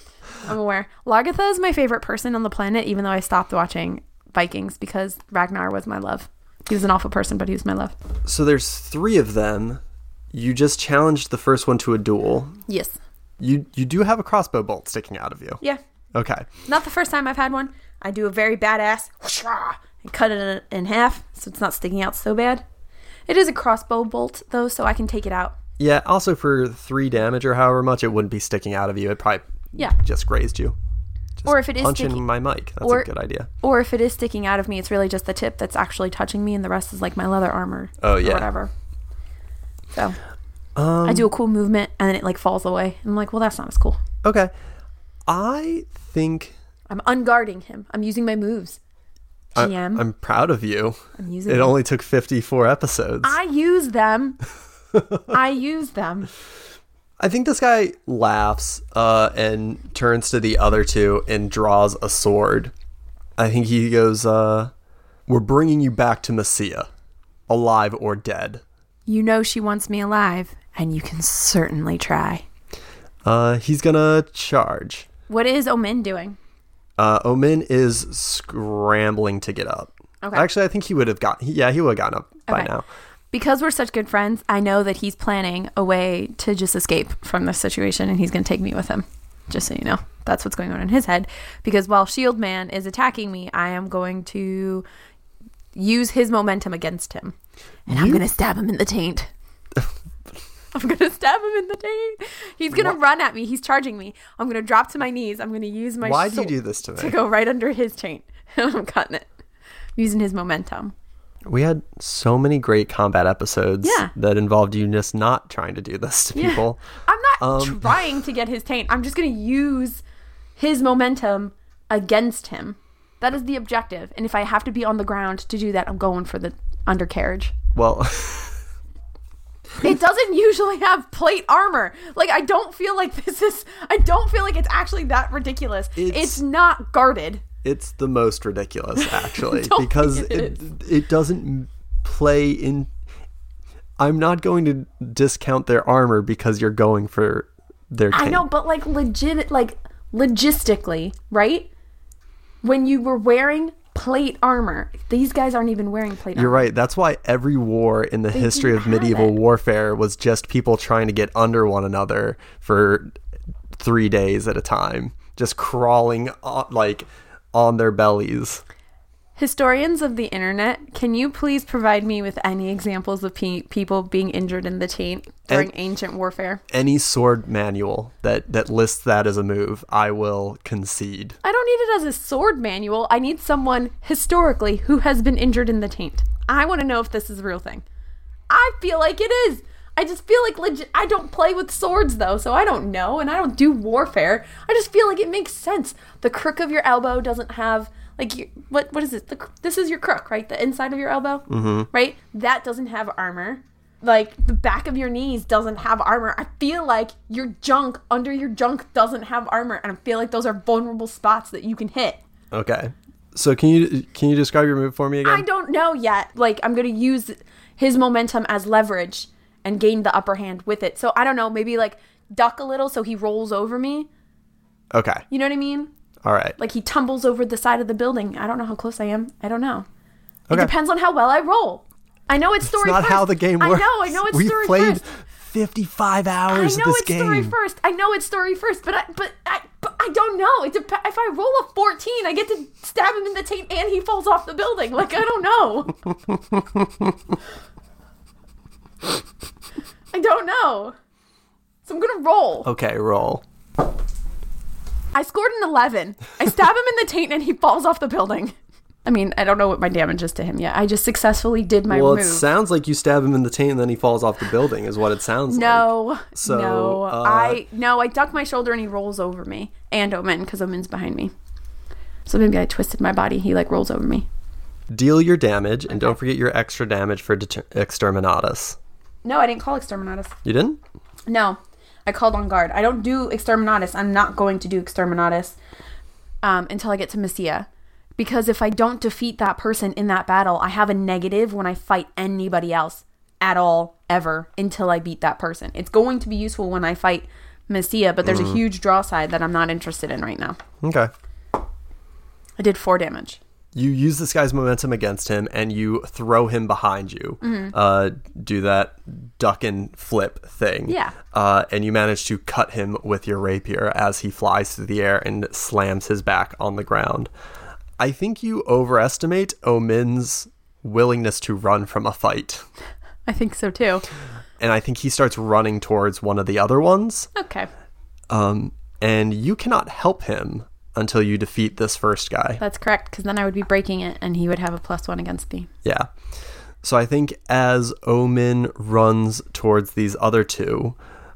[SPEAKER 2] I'm aware. Lagatha is my favorite person on the planet, even though I stopped watching Vikings because Ragnar was my love. He was an awful person, but he was my love.
[SPEAKER 1] So there's three of them. You just challenged the first one to a duel.
[SPEAKER 2] Yes.
[SPEAKER 1] You you do have a crossbow bolt sticking out of you.
[SPEAKER 2] Yeah.
[SPEAKER 1] Okay.
[SPEAKER 2] Not the first time I've had one. I do a very badass (laughs) whoosh, ah, and cut it in- in half, so it's not sticking out so bad. It is a crossbow bolt though, so I can take it out.
[SPEAKER 1] Yeah, also for three damage or however much, it wouldn't be sticking out of you. It probably
[SPEAKER 2] Yeah.
[SPEAKER 1] just grazed you. Just
[SPEAKER 2] Or if it is
[SPEAKER 1] punching
[SPEAKER 2] sticking-
[SPEAKER 1] my mic. That's
[SPEAKER 2] or-
[SPEAKER 1] a good idea.
[SPEAKER 2] Or if it is sticking out of me, it's really just the tip that's actually touching me, and the rest is like my leather armor.
[SPEAKER 1] Oh, yeah. Um,
[SPEAKER 2] Or whatever. So. I do a cool movement, and then it like falls away. I'm like, well, that's not as cool.
[SPEAKER 1] Okay. I think
[SPEAKER 2] I'm unguarding him. I'm using my moves.
[SPEAKER 1] I,
[SPEAKER 2] GM,
[SPEAKER 1] am proud of
[SPEAKER 2] (laughs)
[SPEAKER 1] you.
[SPEAKER 2] I'm using.
[SPEAKER 1] It
[SPEAKER 2] them.
[SPEAKER 1] only took 54 episodes.
[SPEAKER 2] I
[SPEAKER 1] (laughs)
[SPEAKER 2] use them. I use them.
[SPEAKER 1] I think this guy laughs uh, and turns to the other two and draws a sword. I think he goes, uh, We're bringing you back to Messiah, alive or dead.
[SPEAKER 2] You know she wants me alive, and you can certainly try.
[SPEAKER 1] Uh, he's gonna charge.
[SPEAKER 2] What is Omin doing?
[SPEAKER 1] Uh, Omin is scrambling to get up.
[SPEAKER 2] Okay.
[SPEAKER 1] Actually, I think he would have got. Yeah, he would have gotten up by
[SPEAKER 2] Okay.
[SPEAKER 1] now.
[SPEAKER 2] Because we're such good friends, I know that he's planning a way to just escape from this situation and he's going to take me with him. Just so you know, that's what's going on in his head. Because while Shield E Man is attacking me, I am going to use his momentum against him. And I'm
[SPEAKER 1] You-
[SPEAKER 2] going to stab him in
[SPEAKER 1] (laughs)
[SPEAKER 2] the taint. I'm going to stab him in the taint. He's going to run at me. He's charging me. I'm going to drop to my knees. I'm going to use my
[SPEAKER 1] Why do you
[SPEAKER 2] sword
[SPEAKER 1] do this to me?
[SPEAKER 2] to go right under his taint. (laughs) I'm cutting it. Using his momentum.
[SPEAKER 1] We had so many great combat episodes
[SPEAKER 2] Yeah.
[SPEAKER 1] that involved you just not trying to do this to
[SPEAKER 2] Yeah.
[SPEAKER 1] people.
[SPEAKER 2] (laughs) I'm not
[SPEAKER 1] Um,
[SPEAKER 2] trying to get his taint. I'm just going to use his momentum against him. That is the objective. And if I have to be on the ground to do that, I'm going for the undercarriage.
[SPEAKER 1] (laughs) Well,
[SPEAKER 2] It doesn't usually have plate armor. Like I don't feel like this is I don't feel like it's actually that ridiculous. It's,
[SPEAKER 1] It's-
[SPEAKER 2] not guarded.
[SPEAKER 1] it's the most
[SPEAKER 2] (laughs)
[SPEAKER 1] ridiculous actually
[SPEAKER 2] Don't
[SPEAKER 1] because
[SPEAKER 2] think
[SPEAKER 1] it,
[SPEAKER 2] it
[SPEAKER 1] it, doesn't play in I'm not going to discount their armor because you're going for their
[SPEAKER 2] I
[SPEAKER 1] taint.
[SPEAKER 2] know, but like legit like logistically, right? When you were wearing plate armor, these guys aren't even wearing plate
[SPEAKER 1] You're
[SPEAKER 2] armor.
[SPEAKER 1] right. That's why every war in the history of
[SPEAKER 2] didn't have
[SPEAKER 1] medieval
[SPEAKER 2] it.
[SPEAKER 1] warfare was just people trying to get under one another for three days at a time, just crawling on, like on their bellies.
[SPEAKER 2] Historians of the internet, can you please provide me with any examples of pe- people being injured in the taint during
[SPEAKER 1] And-
[SPEAKER 2] ancient warfare?
[SPEAKER 1] Any sword manual that that lists that as a move, I will concede.
[SPEAKER 2] I don't need it as a sword manual. I need someone historically who has been injured in the taint. I want to know if this is a real thing. I feel like it is. I just feel like legit. I don't play with swords though, so I don't know, and I don't do warfare. I just feel like it makes sense. The crook of your elbow doesn't have like you, what? What is it? The, cr- this is your crook, right? The inside of your elbow, mm-hmm. right? That doesn't have armor. Like the back of your knees doesn't have armor. I feel like your junk under your junk doesn't have armor, and I feel like those are vulnerable spots that you can hit.
[SPEAKER 1] Okay. So can you can you describe your move for me again?
[SPEAKER 2] I don't know yet. Like I'm gonna use his momentum as leverage and gain the upper hand with it. So I don't know, maybe like duck a little so he rolls over me.
[SPEAKER 1] okay.
[SPEAKER 2] You know what I mean?
[SPEAKER 1] All right.
[SPEAKER 2] Like he tumbles over the side of the building. I don't know how close I am. I don't know.
[SPEAKER 1] Okay.
[SPEAKER 2] It depends on how well I roll. I know it's
[SPEAKER 1] It's
[SPEAKER 2] story
[SPEAKER 1] not
[SPEAKER 2] first.
[SPEAKER 1] how the game works.
[SPEAKER 2] I know, I know it's
[SPEAKER 1] We've
[SPEAKER 2] story
[SPEAKER 1] played
[SPEAKER 2] first.
[SPEAKER 1] 55
[SPEAKER 2] I know
[SPEAKER 1] hours of this
[SPEAKER 2] it's
[SPEAKER 1] game.
[SPEAKER 2] story first. I know it's story first, but I but I but I don't know. It dep- if I roll a 14, I get to stab him in the taint and he falls off the building. Like I don't know.
[SPEAKER 1] (laughs)
[SPEAKER 2] I don't know. So I'm going to roll.
[SPEAKER 1] Okay, roll.
[SPEAKER 2] I scored an 11. I stab him in the taint and he falls off the building. I mean, I don't know what my damage is to him yet. I just successfully did my
[SPEAKER 1] Well, it
[SPEAKER 2] move.
[SPEAKER 1] sounds like you stab him in the taint and then he falls off the building, is what it sounds like.
[SPEAKER 2] No,
[SPEAKER 1] So,
[SPEAKER 2] no,
[SPEAKER 1] uh,
[SPEAKER 2] I no, I duck my shoulder and he rolls over me and Omen because Omen's behind me. So maybe I twisted my body. He like rolls over me.
[SPEAKER 1] Deal your damage and don't forget your extra damage for deter- exterminatus.
[SPEAKER 2] No, I didn't call exterminatus.
[SPEAKER 1] You didn't?
[SPEAKER 2] No, I called on guard. I don't do exterminatus. I'm not going to do exterminatus um, until I get to Messia. Because if I don't defeat that person in that battle, I have a negative when I fight anybody else at all, ever, until I beat that person. It's going to be useful when I fight Messia, but there's
[SPEAKER 1] Mm.
[SPEAKER 2] a huge draw side that I'm not interested in right now.
[SPEAKER 1] Okay.
[SPEAKER 2] I did four damage.
[SPEAKER 1] You use this guy's momentum against him and you throw him behind you.
[SPEAKER 2] Mm-hmm.
[SPEAKER 1] Uh, do that duck and flip thing.
[SPEAKER 2] Yeah.
[SPEAKER 1] Uh, and you manage to cut him with your rapier as he flies through the air and slams his back on the ground. I think you overestimate Omin's willingness to run from a fight.
[SPEAKER 2] I think so too.
[SPEAKER 1] and I think he starts running towards one of the other ones.
[SPEAKER 2] Okay,
[SPEAKER 1] Um, and you cannot help him until you defeat this first guy.
[SPEAKER 2] that's correct. Because then I would be breaking it, and he would have a plus one against me.
[SPEAKER 1] Yeah. So I think as Omen runs towards these other two,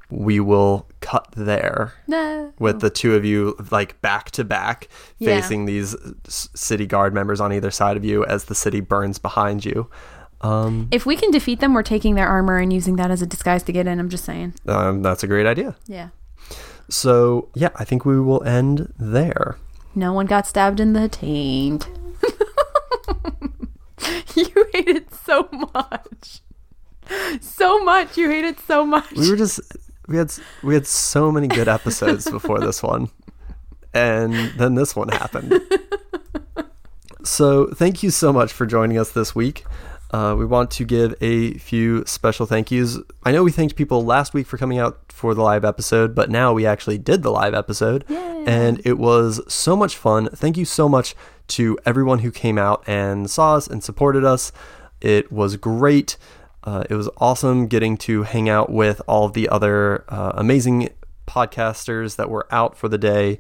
[SPEAKER 1] we will cut there
[SPEAKER 2] No.
[SPEAKER 1] with the two of you like back to back
[SPEAKER 2] Yeah.
[SPEAKER 1] facing these s- city guard members on either side of you as the city burns behind you. Um,
[SPEAKER 2] If we can defeat them, we're taking their armor and using that as a disguise to get in. I'm just saying.
[SPEAKER 1] um, that's a great idea.
[SPEAKER 2] Yeah.
[SPEAKER 1] So, yeah, I think we will end there.
[SPEAKER 2] No one got stabbed in the taint. (laughs) you hate it so much. So much. You hate it so much.
[SPEAKER 1] We were just We had s- we had so many good episodes before this one, and then this one happened. So thank you so much for joining us this week. Uh, we want to give a few special thank yous. I know we thanked people last week for coming out for the live episode, but now we actually did the live episode,
[SPEAKER 2] Yay.
[SPEAKER 1] and it was so much fun. Thank you so much to everyone who came out and saw us and supported us. It was great. Uh, it was awesome getting to hang out with all of the other uh, amazing podcasters that were out for the day.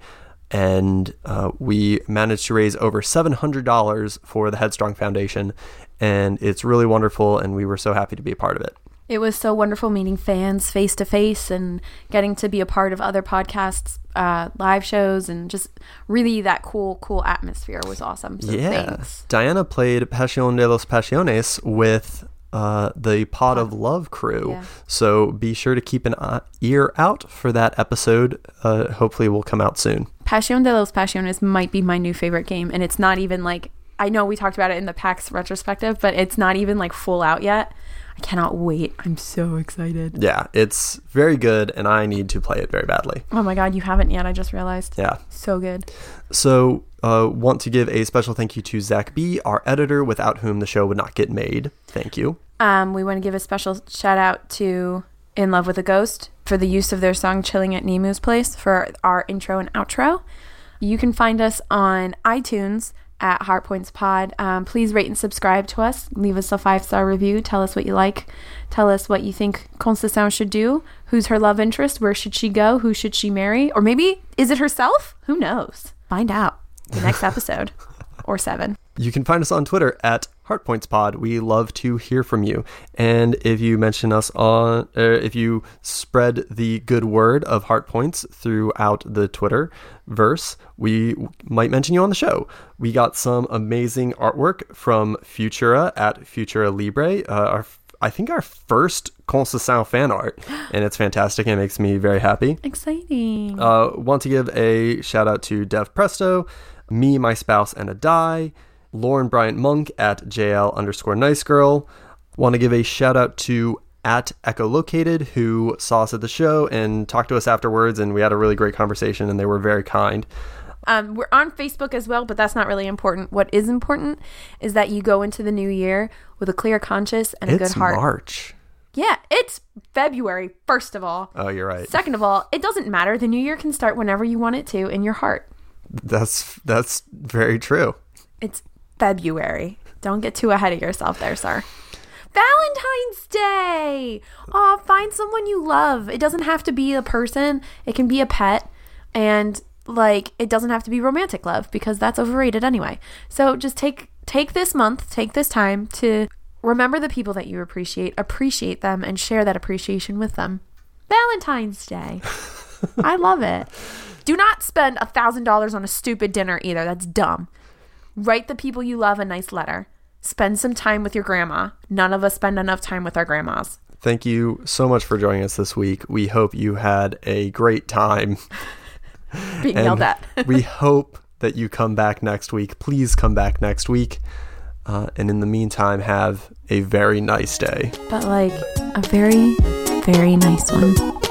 [SPEAKER 1] And uh, we managed to raise over $700 for the Headstrong Foundation. And it's really wonderful. And we were so happy to be a part of it.
[SPEAKER 2] It was so wonderful meeting fans face to face and getting to be a part of other podcasts, uh, live shows, and just really that cool, cool atmosphere was awesome. So thanks.
[SPEAKER 1] Diana played Pasión de los Pasiones with uh, the Pod of Love crew.
[SPEAKER 2] Yeah.
[SPEAKER 1] So be sure to keep an eye- ear out for that episode. Uh, hopefully, it will come out soon.
[SPEAKER 2] Pasión de los Pasiones might be my new favorite game, and it's not even like I know we talked about it in the PAX retrospective, but it's not even like full out yet. I cannot wait. I'm so excited.
[SPEAKER 1] Yeah, it's very good, and I need to play it very badly.
[SPEAKER 2] Oh my god, you haven't yet, I just realized.
[SPEAKER 1] Yeah.
[SPEAKER 2] So good.
[SPEAKER 1] So, uh, want to give a special thank you to Zach B, our editor, without whom the show would not get made. Thank you.
[SPEAKER 2] Um, we want to give a special shout out to In Love with a Ghost for the use of their song Chilling at Nemu's Place for our intro and outro. You can find us on iTunes at Heartpoints Pod. Um, please rate and subscribe to us. Leave us a five star review. Tell us what you like. Tell us what you think Constance should do. Who's her love interest? Where should she go? Who should she marry? Or maybe is it herself? Who knows? Find out the next episode or seven.
[SPEAKER 1] You can find us on Twitter at HeartPointsPod. We love to hear from you. And if you mention us on, uh, if you spread the good word of HeartPoints throughout the Twitter verse, we w- might mention you on the show. We got some amazing artwork from Futura at Futura Libre, uh, our, f- I think our first Concession fan art. (gasps) And it's fantastic. It makes me very happy.
[SPEAKER 2] Exciting.
[SPEAKER 1] Uh, want to give a shout out to Dev Presto, me, my spouse, and a die, Lauren Bryant Monk at JL underscore nice girl. Want to give a shout out to at Echolocated, who saw us at the show and talked to us afterwards, and we had a really great conversation, and they were very kind.
[SPEAKER 2] Um, we're on Facebook as well, but that's not really important. What is important is that you go into the new year with a clear conscience and a
[SPEAKER 1] it's
[SPEAKER 2] good heart.
[SPEAKER 1] March.
[SPEAKER 2] Yeah, it's February, first of all.
[SPEAKER 1] Oh, you're right.
[SPEAKER 2] Second of all, it doesn't matter. The new year can start whenever you want it to in your heart.
[SPEAKER 1] That's that's very true.
[SPEAKER 2] It's February. Don't get too ahead of yourself there, sir. Valentine's Day. Oh, find someone you love. It doesn't have to be a person. It can be a pet and like it doesn't have to be romantic love because that's overrated anyway. So just take take this month, take this time to remember the people that you appreciate, appreciate them and share that appreciation with them. Valentine's Day. I love it. Do not spend a thousand dollars on a stupid dinner either. That's dumb. Write the people you love a nice letter. Spend some time with your grandma. None of us spend enough time with our grandmas.
[SPEAKER 1] Thank you so much for joining us this week. We hope you had a great time.
[SPEAKER 2] Being
[SPEAKER 1] And
[SPEAKER 2] yelled at.
[SPEAKER 1] we hope that you come back next week. Please come back next week. Uh, and in the meantime, have a very nice day.
[SPEAKER 2] but like a very, very nice one.